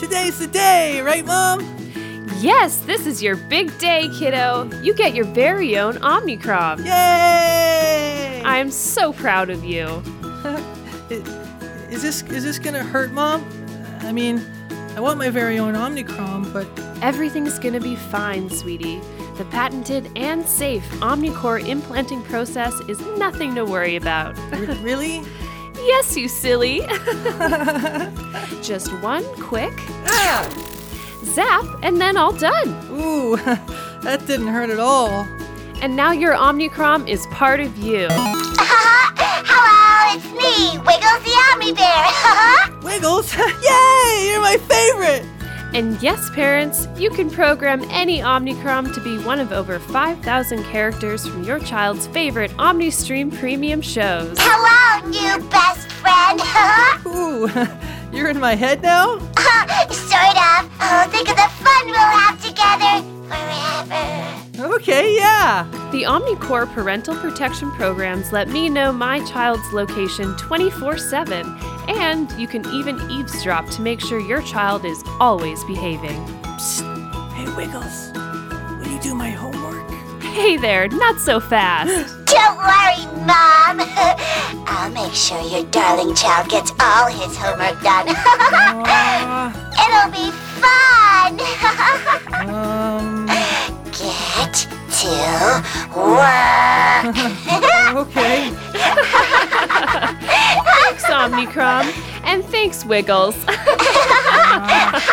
Today's the day, right, Mom? Yes, this is your big day, kiddo. You get your very own Omnicrom. Yay! I'm so proud of you. I- Is this is this gonna hurt, Mom? I mean, I want my very own Omnicrom, but Everything's gonna be fine, sweetie. The patented and safe Omnicore implanting process is nothing to worry about. re- really? yes, you silly. Just one quick Ah! zap, and then all done. Ooh, that didn't hurt at all. And now your Omnicrom is part of you. Hello, it's me, Wiggles the Omni Bear. Wiggles! Yay! You're my favorite! And yes, parents, you can program any Omnicrom to be one of over 5,000 characters from your child's favorite OmniStream premium shows. Hello, new best friend. Ooh, you're in my head now? sort of. Oh, think of the fun we'll have together forever. Okay, yeah. The Omnicore parental protection programs let me know my child's location 24 7, and you can even eavesdrop to make sure your child is always behaving. Hey, Wiggles, will you do my homework? Hey there, not so fast! Don't worry, Mom. I'll make sure your darling child gets all his homework done. Uh, It'll be fun. um, Get to work. okay. Thanks, Omnicrom, and thanks, Wiggles. Hello,